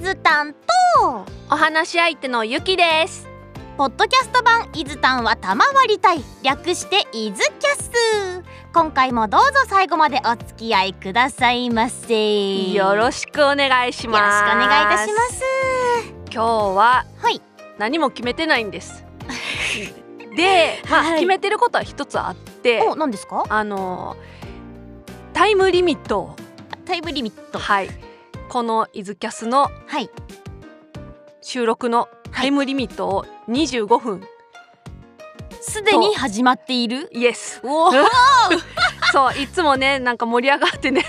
ずたんとお話し相手のゆきですポッドキャスト版「伊豆たんは賜りたい」略して「伊豆キャス」今回もどうぞ最後までお付き合いくださいませよろししくお願いしよろしくおます願いいたします今日ははい何も決めてないんです で、まあはい決めてることは一つあってお何ですかあのタイムリミットをタイムリミットははいこの「イズキャス」のい収録のタイムリミットを25分、すでに始まっているイエスおお そういつもねなんか盛り上がっ てね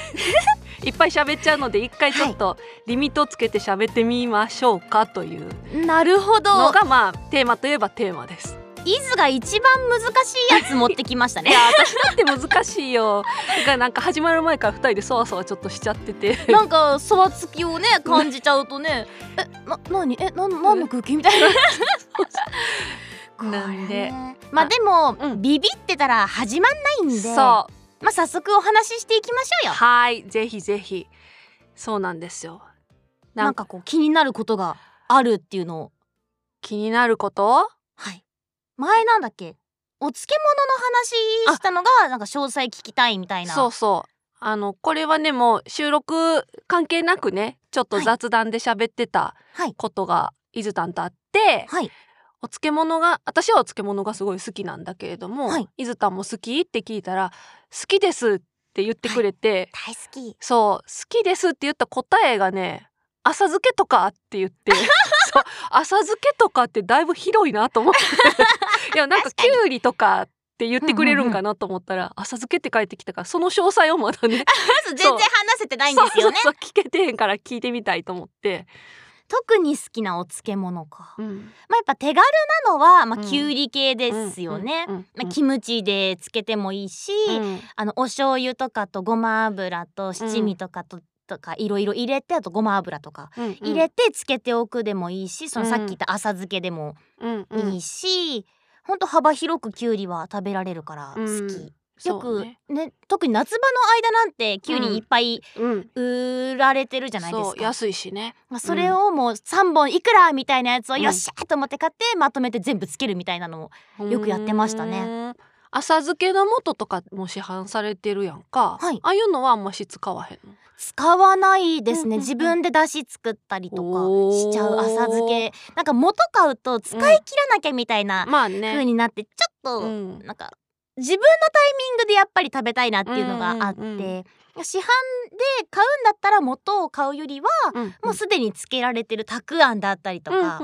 いっぱい喋っちゃうので一回ちょっとリミットをつけて喋ってみましょうかというなるほのどがまあテーマといえばテーマです。伊豆が一番難しいやつ持ってきましたい ね や私だって難しいよ。だからなんか始まる前から二人でそわそわちょっとしちゃってて なんかそわつきをね感じちゃうと ねえな何えなん何の空気みたいなこれ ねなんでまあでも、うんビビってたら始まんないんでそうまはあ早速お話ししていきましょうよいぜひぜひそうなんですよ。ななんんかかこう気になることがあるっていうのを気になることはい前なんだっけお漬物の話したのがなんか詳細聞きたいみたいなそうそうあのこれはねもう収録関係なくねちょっとはい雑談で喋ってたはいことが伊豆たんとあって、はいお漬物が私はお漬物がすごい好きなんだけれども、はい伊豆たんも好きって聞いたら好きですって言ってくれて、大好きそう好きですって言った答えがね浅漬けとかって言って そう浅漬けとかってだいぶ広いなと 思っていやなんか確きかにゅうりとかって言ってくれるんかなと思ったら、浅漬けって書いてきたからその詳細をまだねまず全然話せてないんですよねそうそうそう聞けてへんから聞いてみたいと思って、特に好きなお漬物かうん、まあやっぱ手軽なのは、まあ、うんきゅうり系ですよね、うん。まあ、キムチでつけてもいいし、うんあのお醤油とかとごま油と七味とかと、とかいろいろ入れてあとごま油とかうん入れてつけておくでもいいし、そのさっき言った浅漬けでもうんうんいいし、ほんと幅広くきゅうりは食べられるから好うんき、よそくうねね特に夏場の間なんてきゅうりいっぱいうん売られてるじゃないですそうか、安いしねまあ、それをもう3本いくらみたいなやつをうんよっしゃーと思って買ってまとめて全部つけるみたいなのもよくやってましたねね浅漬けの素とかも市販されてるやんか、はいああいうのはあんまし使わへんの使わないですね、うんうんうん自分で出汁作ったりとかおーしちゃう浅漬けなんか元買うと使い切らなきゃみたいなまあ風ねになってちょっうとんなんか自分のタイミングでやっぱり食べたいなっていうのがあって、うんうんうん市販で買うんだったら元を買うよりはうんもうすでにつけられてるたくあんだったりとか、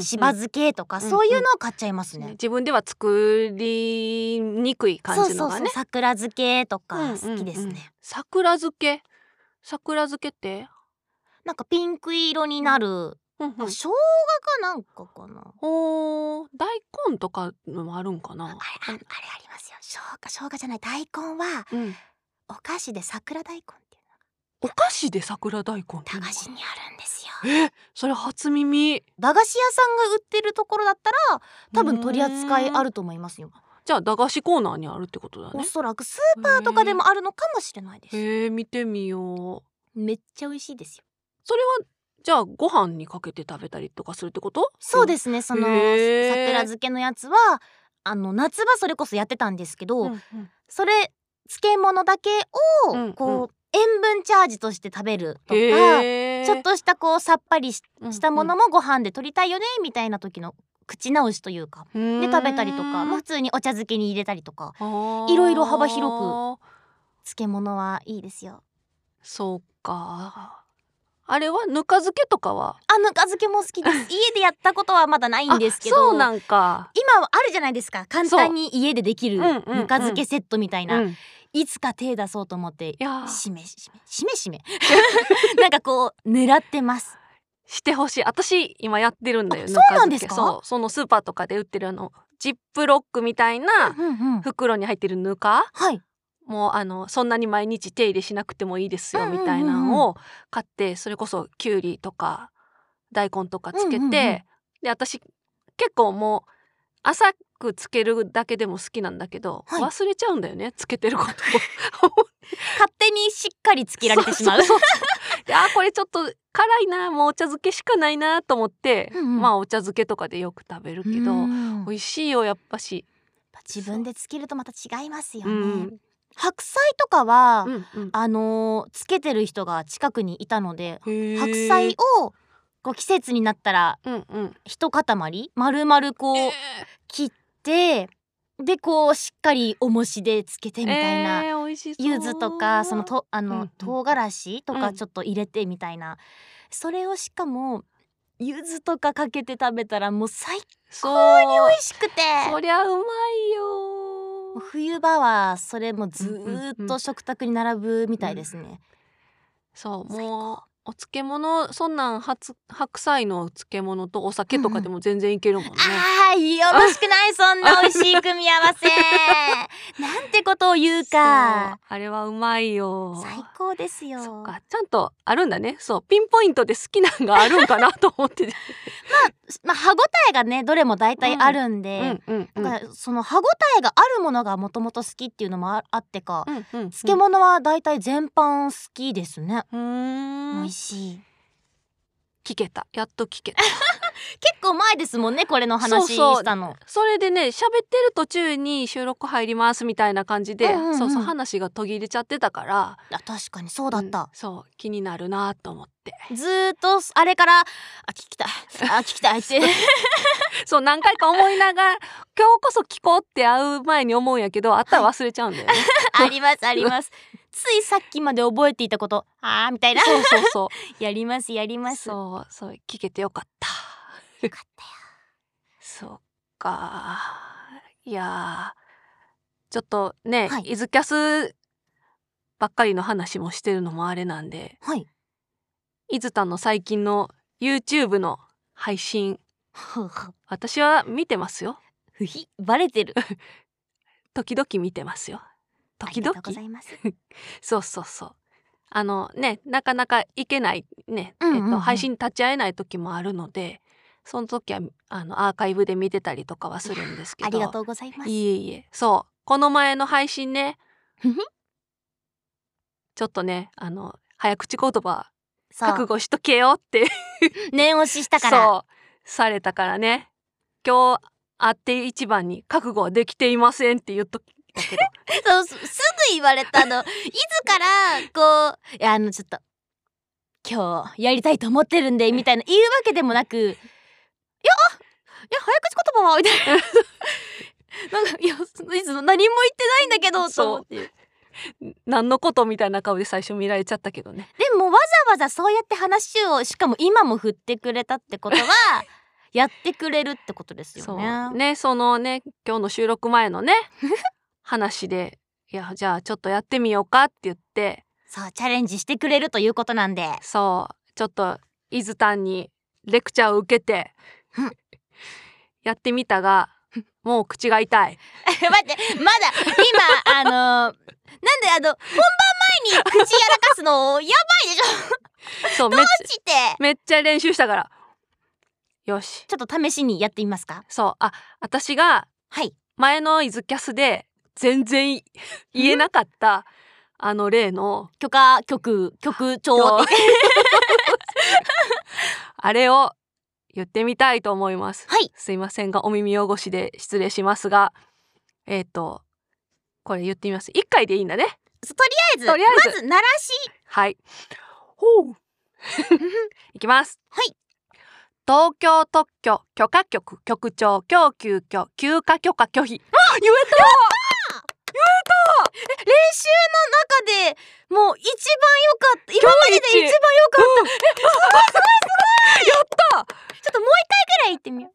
しばず漬けとか、うんうんそういうのを買っちゃいますね。自分では作りにくい感じのそうそがうそうね桜漬けとかうんうんう好んきですね、桜漬け桜漬けって、なんかピンク色になる、うんうあん、生姜かなんかかなおー大根とかのもあるんかなあれああれありますよ生姜生姜じゃない大根はうん、お菓子で桜大根っていうお菓子で桜大根っていうのの駄か菓子にあるんですよえそれ初耳駄菓子屋さんが売ってるところだったら多分取り扱いあると思いますよじゃあ駄菓子コーナーにあるってことだおね。そらくスーパーとかでもあるのかもしれないです、へえ見てみよう。めっちゃ美味しいですよそれはじゃあご飯にかけて食べたりとかするってこと？。そうですすねそのへー桜漬けのやつはあの夏場それこそやってたんですけど、うんうんそれ漬物だけうをんこう、う塩分チャージとして食べるとかへえ。ちょっとしたこうさっぱりしとしたものもご飯で取りたいよねみたいな時の口直しというかでで食べたりとか、まあ、普通にお茶漬けに入れたりとかいいろいろ幅広漬物はいいですよく。そうか。あれはぬか漬けとかは。あぬか漬けも好 きです家でやったことはまだないんですけどあそうなんか。今はあるじゃないですか簡単に家でできるうんうんぬうんか漬けセットみたいな、うんいいつか手出そうと思ってやーしめしめしめし めなんかこう狙ってますしてほしい。私今やってるんだよ。あそうなんですかぬ漬けそうそのスーパーとかで売ってるあのジップロックみたいなうんうん袋に入ってるぬか。はいもうあのそんなに毎日手入れしなくてもいいですようんうんうんみうんたいなのを買ってそれこそきゅうりとか大根とかつうけて、んうんうんで私結構もう浅くつけるだけでも好きなんだけど、はい忘れちゃうんだよねつけてることを勝手にしっかりつけられてしまうそそそであーこれちょっと辛いなもうお茶漬けしかないなと思って、うんうんまあお茶漬けとかでよく食べるけど、うん美味しいよやっぱし、自分でつけるとまた違いますようね、ん白菜とかは、うんうんあのーつけてる人が近くにいたのでへー白菜をこう季節になったらうんうん一塊丸々こうえー切ってでこうしっかり重しでつけてみたいな、えー美味しそう柚子とかそのとあの、うんうん唐辛子とうかんちょっと入れてみたいな、それをしかも柚子とかかけて食べたらもう最そう高に美味しくてそりゃうまいもうよ冬場はそれもずーっと食卓に並ぶみたいですね、そう最もうお漬物そんなんはつ白菜のお漬物とお酒とかでも全然いけるもんね、あーよろしくないそんな美味しい組み合わ せなんてことを言うかそうあれはうまいよ最高ですよそっかちゃんとあるんだねそうピンポイントで好きなんがあるんかなと 思っててまあ歯ごたえがねどれも大体あるんうで、んうんうんだからその歯ごたえがあるものがもともと好きっていうのもああってか、うんうんうん漬物は大体全般好きですね、うー美ん味しい聞けたやっと聞けた結構前ですもんねこれの話そうそうしたのそれでね喋ってる途中に収録入りますみたいな感じで、うんうんうんそうそう話が途切れちゃってたからあ確かにそうだっうんた、そう気になるなと思って ずーっとあれからあ聞きたいあ聞きたい ってそう何回か思いながら今日こそ聞こうって会う前に思うんやけどあったら忘れちゃうんだ よね、ありますありますついさっきまで覚えていたことあーみたいな そうそうそうやりますやりますそうそう聞けてよかったよかったよそっかいやーちょっとね、はいイズキャスばっかりの話もしてるのもあれなんではい伊豆田の最近の YouTube の配信私は見てますよ ふひバレてる時々見てますよ時々ありがとうございますそうそうそうあのねなかなか行けないね、うんうんうんえっと、配信立ち会えない時もあるのでその時はあのアーカイブで見てたりとかはするんですけどありがとうございますいえいえそうこの前の配信ねふふちょっとねあの早口言葉覚そう悟しとけよって念押ししたからそうされたからね今日会って一番に覚悟はできていませんって言っときた けどそうすすぐ言われたのいつからこういやあのちょっと今日やりたいと思ってるんでみたいな言うわけでもなく「いやあいや早口言葉は」みたいななんかいやそのいつの何も言ってないんだけどと思ってで 何のことみたいな顔で最初見られちゃったけどねもわざわざそうやって話をしかも今も振ってくれたってこと はやってくれるってことですよね。そうねそのね今日の収録 前のね話でいやじゃあちょっとやってみようかって言ってそうチャレンジしてくれるということなんで そうちょっと伊豆丹にレクチャーを受 けてうんやってみたがもう口が痛待いってまだ今あのなんであの本番前に口やらかすのやばいでしょそうめっちゃ落ちてめっちゃ練習したからよしちょっと試しにやってみますかそうあ私がはい前の伊豆キャスで全然い言えなかったあの例の許可局局長って あれを言ってみたいと思いますはいすいませんがお耳汚しで失礼しますがえっ、とこれ言ってみます一回でいいんだねそうとりあえずとりあえまず鳴らしはいほう いきますはい東京特許許可局局長供給許休暇許可拒否あ言えた練習の中でもう一番良かった今までで一番良かったちょっともう一回ぐらい言ってみよう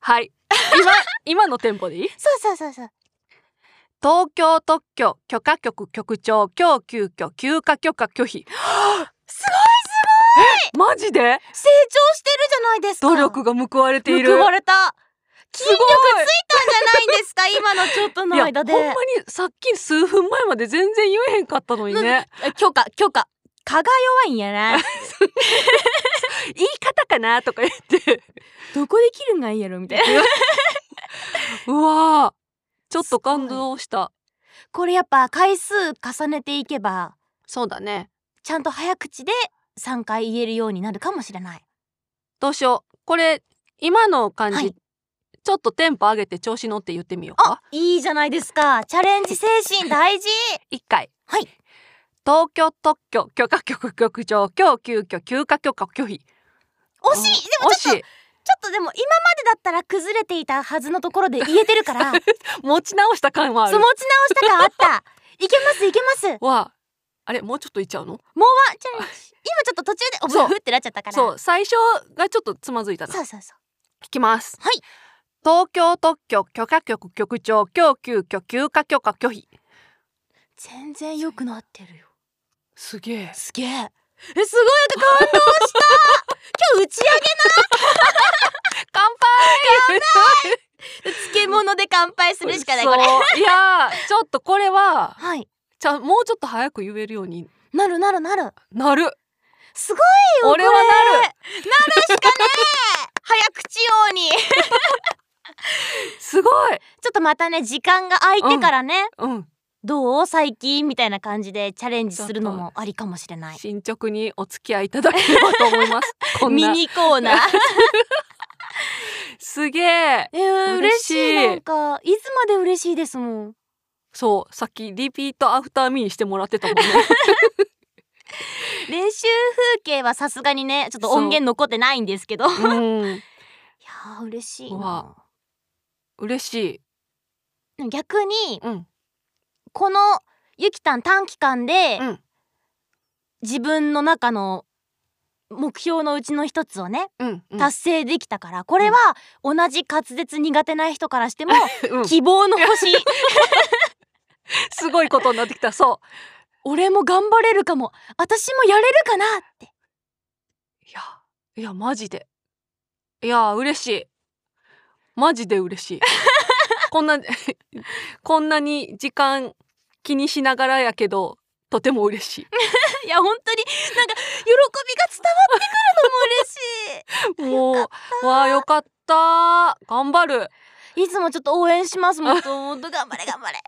はい今今のテンポでいいそうそうそうそう東京特許許可局局長今日急遽休暇許可拒 否すごマジでい成長してるじゃないですか努力が報われている報われた筋力ついごいたんじゃないんですか今のちょっとの間でいやほんまにさっき数分前まで全然言えへんかったのにねえ許可許可蚊が弱いんやな言い方かなとか言ってどこで切るんがいいやろみたいなうわーちょっと感動したこれやっぱ回数重ねていけばそうだねちゃんと早口で3回言えるようになるかもしれないどうしようこれ今の感じ、はいちょっとテンポ上げて調子乗って言ってみようあかいいじゃないですかチャレンジ精神大事一回はい東京特許許可局局長今日急遽休暇許可拒惜否しいでも 惜ちょっとちょしっとでも今までだったら崩れていたはずのところで言えてる からそう持い持ち直した感はあちる直した感あったいけますいけますもうわああれもうちょっといっちゃうのはチャレンジ今ちょっと途中でおそうぶふってなっちゃったからそう最初がちょっとつまずいたなそうそうそう聞きますはい東京特許許可局局長今日急遽休暇許可拒否全然良くなってるよすげえすげええすごいなんか感動した 今日打ち上乾杯げ漬物で乾杯するしかないこれそういやーちょっとこれははいじゃあもうちょっと早く言えるようになるなるなるなるすごいよ俺はこれなるなるしかねえ早口王にちすごいょっとまたね時間が空いてからね、うんどう最近みたいな感じでチャレンジするのもありかもしれない進捗にお付き合いいただければと思います こんミなニコーナーすげ ええー、嬉嬉ししいいなんかいつまで嬉しいですもんそうさっきリピートアフターミーにしてもらってたもんね練習風景はさすがにねちょっと音源残ってないんですけどいやうんー嬉しいうなわ嬉しいでも逆にうんこのゆきたん短期間で、うん自分の中の目標のうちの一つをねうんうん達成できたから、これは同じ滑舌苦手な人からしても うん希望の星 すごいことになってきたそう俺も頑張れるかも私もやれるかなっていや、いや、マジで。いや、嬉しい。マジで嬉 しい。こんな、 こんなに時間気にしながらやけど、とても嬉しいや本当になんか喜びが伝わってくい。もう、わあ、よかった。頑張る。るのも嬉しいいつもちょっと応援します もん本当頑張れ頑張れ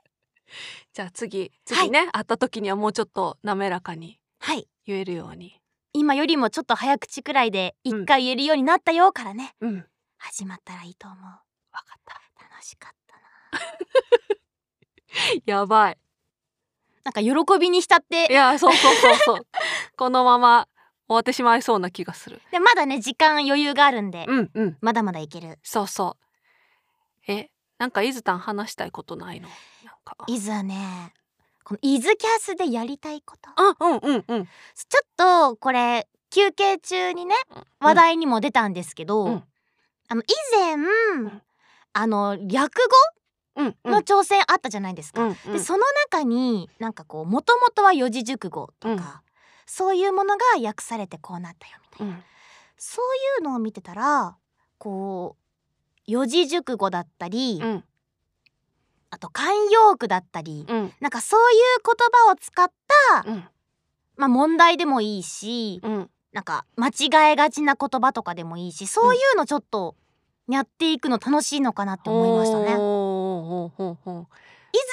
じゃあ次、次ね、会った時にはもうちょっと滑らかにはい言えるように。今よりもちょっと早口くらいでうん一回言えるようになったよからね、うん、わか始まったらいいと思うった。 楽しかったなやばい。なんか喜びに浸っいてや、そうそうそう そう。このまま終わってしまいそうな気がする。でまだね時間余裕があるんで、うん、うん。まだまだいけるそうそう。え、なんかイズタン話したいことないの？なんか。伊豆はねこの伊豆キャスでやりたいことあ、うんうんうん。ちょっとこれ休憩中にね話題にも出たんですけど、うんあの以前、んあの略うん語うん。の挑戦あったじゃないですか、うんうんでその中になんかこうもともとは四字熟語とか、うんそういうものが訳されてこうなったよみたいな、うんそういうのを見てたらこう四字熟語だったり、うんあと慣用句だったり、うんなんかそういう言葉を使った、うんまあ、問題でもいいし、うん。なんか間違えがちな言葉とかでもいいしそういうのちょっとやっていくの楽しいのかなって思いましたね。伊豆おーほうほう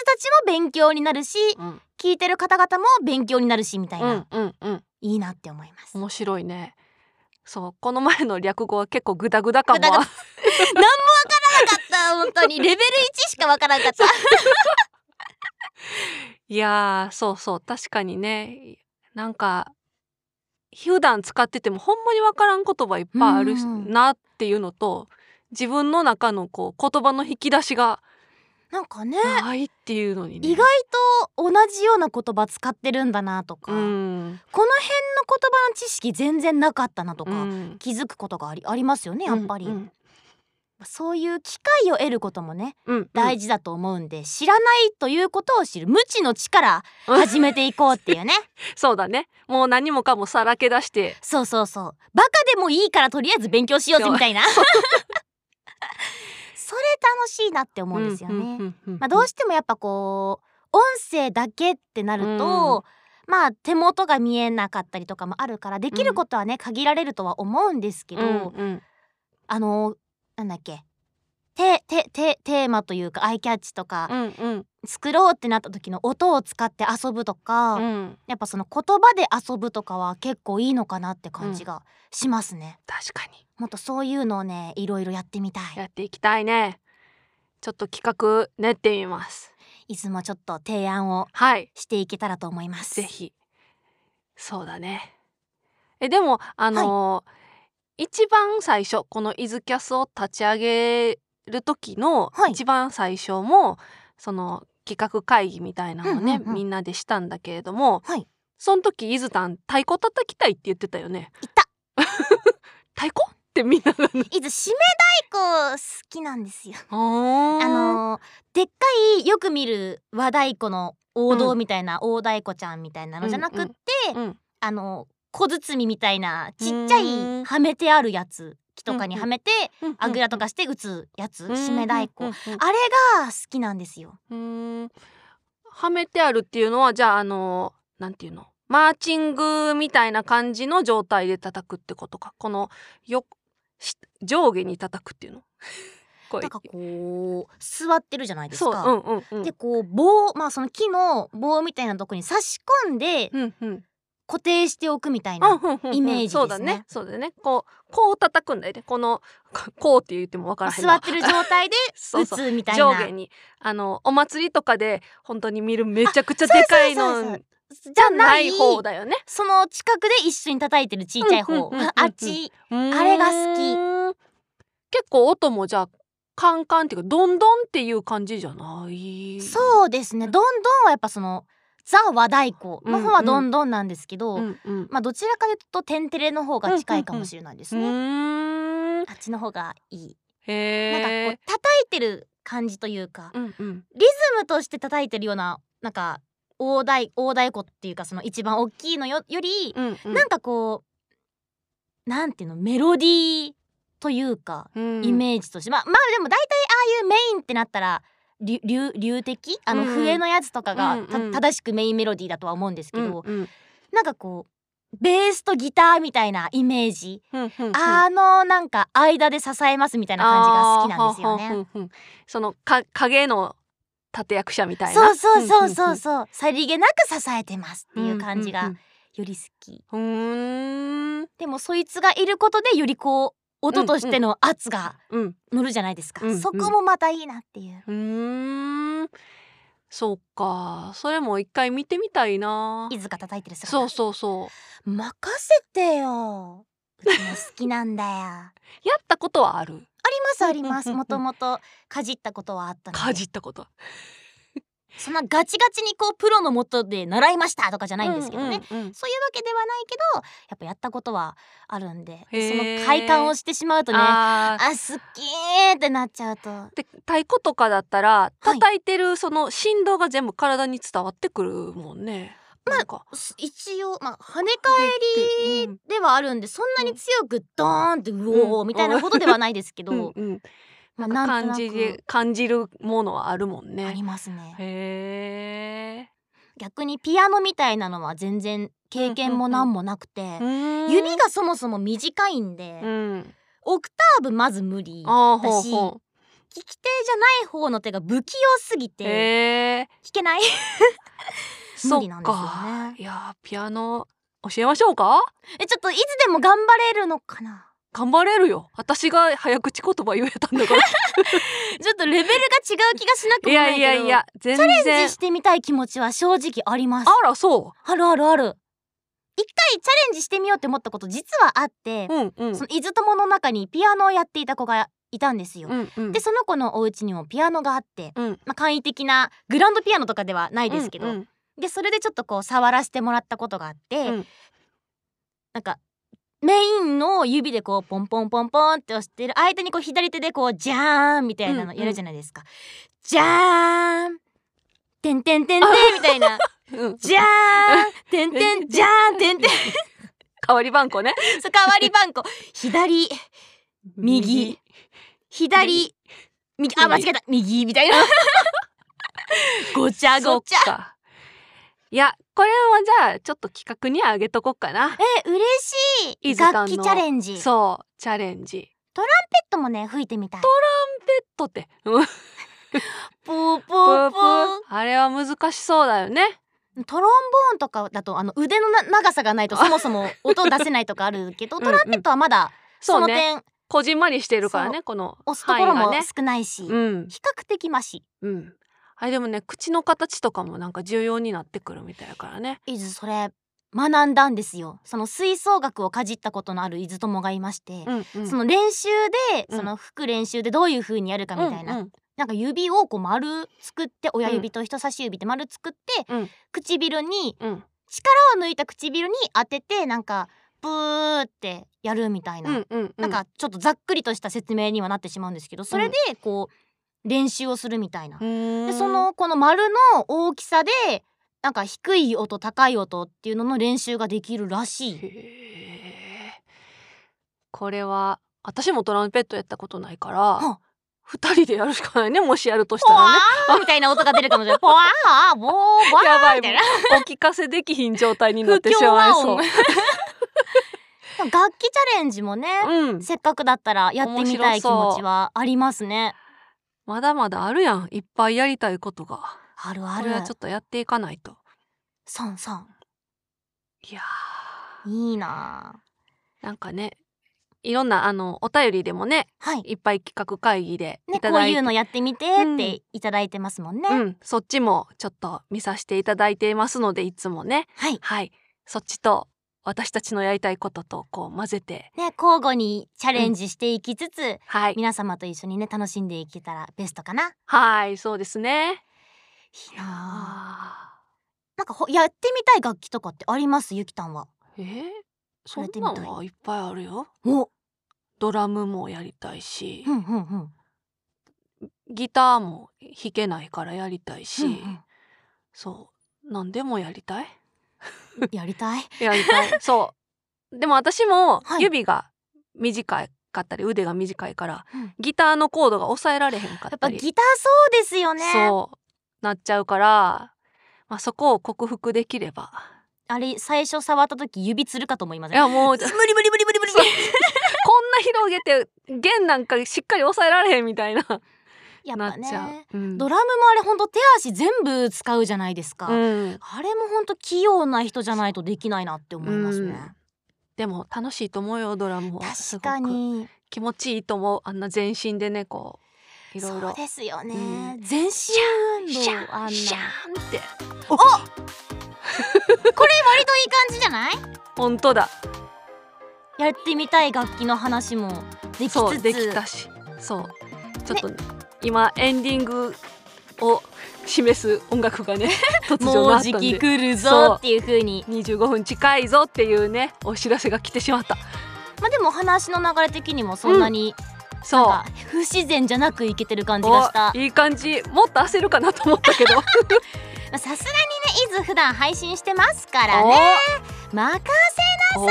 たちも勉強になるしほう。うん聞いてる方々も勉強になるしみたいな、うんうんうん。いいなって思います。面白いね。そうこの前の略語は結構グダグダ感グダもグなかった本 当にレベル1しかわからんかった。いやーそうそう確かにねなんか普段使っててもほんまにわからん言葉いっぱいあるしうんなっていうのと自分の中のこう言葉の引き出しがなんかねないっていうのにね意外と同じような言葉使ってるんだなとか、うんこの辺の言葉の知識全然なかったなとか、うん気づくことがありありますよねやっぱり、うんそういう機会を得ることもねうん大事事だと思うんで、知らないということを知る無知の力始めていこうって いうねそうだねもう何もかもさらけ出してそうそうそうバカでもいいからとりあえず勉強しようぜみたいなそれ楽しいなって思うんですよね、まあ、どうししてもやっぱこう音声だけってなると、まあ手元が見えなかったりとかもあるからできることはね限られるとは思うんですけてど、あのなんだっけテテテテーマというかアイキャッチとか、うんうん作ろうってなった時の音を使って遊ぶとか、うんやっぱその言葉で遊ぶとかは結構いいのかなって感じがしますね、確かにもっとそういうのをねいろいろやってみたいやっていきたいねちょっと企画練ってみますいつもちょっと提案をはいしていけたらと思いますぜひそうだねえでもあのー一番最初この「イズキャス」を立ち上げる時のはい一番最初も、その企画会議みたいなのをね、うんうんうんみんなでしたんだけれども、はいその時イズタン太鼓叩きたいって言ってたよねいた太鼓ってみんながねいつ締め太鼓好きなんですよ ああののーでっかいよく見る和太鼓の王道みたいな、大太鼓ちゃんみたいなのじゃなくって、うんあの小包みたいなちっちゃういんはめてあるやつ木とかにはめて、うんあぐらとかして打つやつ、うん締め太鼓、うんあれが好きなんですようんはめてあるっていうのはじゃああのなんていうのマーチングみたいな感じの状態で叩くってことかこのよし上下に叩くっ ていうのこなんかこう座ってるじゃないですそうか、うんうんうんでこう棒まあその木の棒みたいなとこに差し込んでうんうん固定しておくみたいな、うんうんうんイメージですねそうだねそうだねこうこう叩くんだよねこのここうって言っても分からへん座なってる状態で そう打そうつみたいな上下にあのお祭りとかで本当に見るめちゃくちゃでかいあそうそうそうのそじじゃゃなないい方だよねその近くで一緒に叩いてるちいちゃい方、うんうんうんうんあっちあれが好き結構音もじゃあカンカンっていうかどんどんっていう感じじゃないそうですねどんどんはやっぱそのザ和太鼓の方うんうはんどんどんなんですけど、うんうんまあどちらかでとテンテレの方が近いかもしれないですうね、ーんあっちの方がいい、なんかこへう叩いてる感じというかえうんうんリズムとして叩いてるようななんか大太大太鼓っていうかその一番大きいのよより、うんうんなんかこうなんていうのメロディーというかうんイメージとして、まあまあでも大体ああいうメインってなったら流流流的あのうんうん笛のやつとかがうんたうん正しくメインメロディーだとは思うんですけど、うんうんなんかこうベースとギターみたいなイメージ、うんうんうんあのなんか間で支えますみたいな感じが好きなんですよあーほね。んほんほんそのか影の立役者みたいそなうそうそうそんうそうさりげなく支えてますっていう感じがより好きうんうんうんでもそいつがいることでよりこう音としての圧がうーんうん乗るじゃないですか、うんうんそこもまたいいなっていううーんそうかそれも一回見てみたいな伊豆が叩いてる姿そうそうそう任せてようちも好きなんだよあやったことはあるりますありますうんうんうんもともとかじったことはあったので かじったことはそんなガチガチにこうプロのもとで習いましたとかじゃないんですけどね、うんうんうんそういうわけではないけどやっぱやったことはあるんでへーその快感をしてしまうとねああー好きーってなっちゃうとで太鼓とかだったらはい叩いてるその振動が全部体に伝わってくるもんね、まあなんかす一応まあ跳ねで返りではあるんでそんなに強くドーンってうおーみたいなことではないですけど、うんうんまあなんなかんと感なじくで感じるものはあるもんあねりますねへ逆にピアノみたいなのは全然経験も何もなくて、え指がそもそも短いんで、うんオクターブまず無理弾あーほうほき手じゃない方の手が不器用すぎうてへえ弾け ない無理なんですよねそっかいやーピアノ教えましょうかえちょっといつでも頑張れるのかな頑張れるよ私が早口言葉言えたんだか らちょっとレベルが違う気がしなくいもなやいけどいやいや全チャレン然ジしてみたい気持ちは正直ありますあらそあるあるある一回チャレンジしてみようって思ったこと実はあってう、うんうんその伊豆友の中にピアノをやっていた子がいたんですよ、うんうんでその子のお家にもピアノがあって、うんまあ、簡易的なグランドピアノとかではないですけど、うんうんでそれでちょっとこう触らせてもらったことがあって、うんなんかメインの指でこうポンポンポンポンって押してる間にこう左手でこうジャーンみたいなのやるじゃないですか。ジャーンてんてんてんてんみたいなうんジャーンてんてんじゃーんてんてん代わり番号ねそう代わり番号左 右左右あ間違えた右みたいな ごちゃごちゃそっかいやこれもじゃあちょっと企画にあげとこうかなえ嬉し伊い豆さんの楽 器チャレンジトランペッそうチャレンジトもね吹いてみたいペッことって。うんポーポーポーあれは難しそうだよね。トロンボーンとかだとあの腕のな長さがない とそもそも音出せないとかあるけどうんトランペットはまだそそうのね。点こじんまりしてるからね、この押すところ範囲もがね。少ないし、うん比較的マシうん。あれでもね口の形とかもなんか重要になってくるみたいだからね。伊豆それ学んだんですよその吹奏楽をかじったことのある伊豆友がいまして、うんうん。その練習で、うんその吹く練習でどういう風にやるかみたいな、うんうんなんか指をこう丸作って親指と人差し指で丸作って、うん唇にうん歯を抜いた唇に当ててなんかブーってやるみたいな、うんうんうなんかちょっとざっくりとした説明にはなってしまうんですけどそれでこう練習をするみたいな。ででそのこの丸の大きさでなんか低い音高い音っていうのの練習ができるらしい。へーこれは私もトランペットやったことないからは二人でやるしかないねもしやるとしたポらワねーみたいな音が出るか もしれない。ポワーボーボやワばーいみたいな。お聞かせできひん状態になってしま いそう不。楽器チャレンジもね、うん、せっかくだったらやってみたい気持ちはありますね。まだまだあるやんいっぱいやりたいことがあるあこるれ。はちょっとやっていかないとそんそんいやいいなーなんかねいろんなあのお便りでもねあ。はい。いっぱい企画会議でいねたこうだいいてうのやってみてうっんていただいてますもんね。うん、そっちもちょっと見させていただいていますのでいつもねはい。はい、そっちと私たちのやりたいこととこう混ぜて、ね交互にチャレンジしていきつつ、はい、皆様と一緒にね楽しんでいけたらベストかな。はい、そうですね。いいなああなんかほやってみたい楽器とかってありますゆきたんは。ーえー、そそんれでみなたいんはいっぱいあるよ。おドラムもやりたいしふ、んふんふん。ギターも弾けないからやりたいし、うんうんそう、何でもやりたい。やり たい。やり たい。そう。でも私もはい指が短かったり腕が短いから、うんギターのコードが抑えられへんやかっっぱたりギターそうですよね。そうなっちゃうから、まあ、そこを克服できればあれ最初触った時指つるかと思いまいせん。やもうこんな無理無理無理無理無理。広げて弦なんかしっかり抑えられへんみたいな、やっなっぱちゃね。う、うんドラムもあれほんと手足全部使うじゃないですか。うんあれもほんと器用な人じゃないとできないなって思いますね。でも楽しいと思うよドラムはす確ごかくに。気持ちいいと思うあんな全身でねこういろいそうろですよね。う全身運動シャあんンな。シャンってこれ割といい感じじゃない？本当だやってみたい楽器の話もできつつ、そうできたしそうちょっと、今エンディングを示す音 楽がね突如も鳴うったんじでき来るそうぞっていう風に。 25分近いぞっていうねお知らせが来てしまったまあでも話の流れ的にもそんなに、なんそか不自然じゃなくいけてる感うじがした。おいい感じもっと焦るかなと思った けどまあさすがにね伊豆普段配信してますからね。お任おー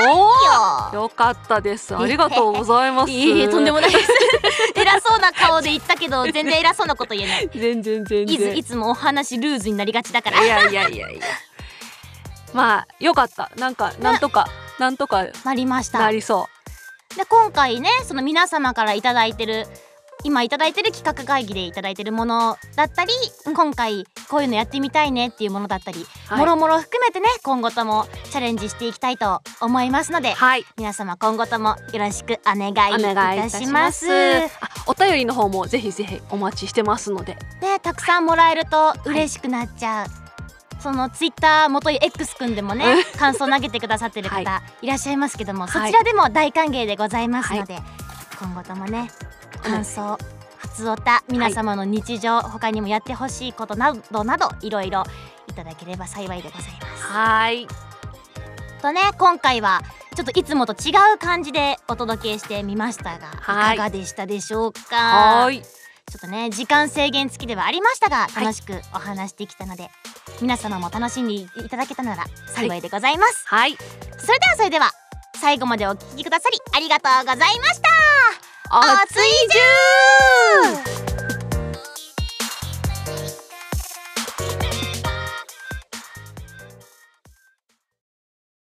せよ。よかったですありがとうございますいえいえとんでもないです。 偉そうな顔で言ったけど全然偉そうなこと言えない。全然 全伊豆然いつもお話ルーズになりがちだから。いやいやいやいやまあよかったなんかなんとかなんとかなりました。なでりそ今回ねその皆様からいただいてる。今いただいてる企画会議でいただいてるものだったり、今回こういうのやってみたいねっていうものだったり、うもはろもろ含めてね今後ともチャレンジしていきたいと思いますのでい、はい皆様今後ともよろしくお願いいお願いいたたししまますすあお便りの方もぜひぜひお待ちしてますのでねたくさんもらえると嬉しくなっちゃう、そのツイッター元い X くんでもね感想投げてくださってる は方いらっしゃいますけども、いそちらでも大歓迎でございますので、今後ともね感想、普通おた皆様の日常、他にもやってほしいことなどなどいろいろいただければ幸いでございます。はいとね今回はちょっといつもと違う感じでお届けしてみましたが、はいい、かがでしたでしょうかはーいちょっとね時間制限付きではありましたがい楽しくお話してきたので、皆様も楽しんでいただけたなら幸いでございます、はいそれではそれでは最後までお聞きくださりありがとうございましたあおついじゅー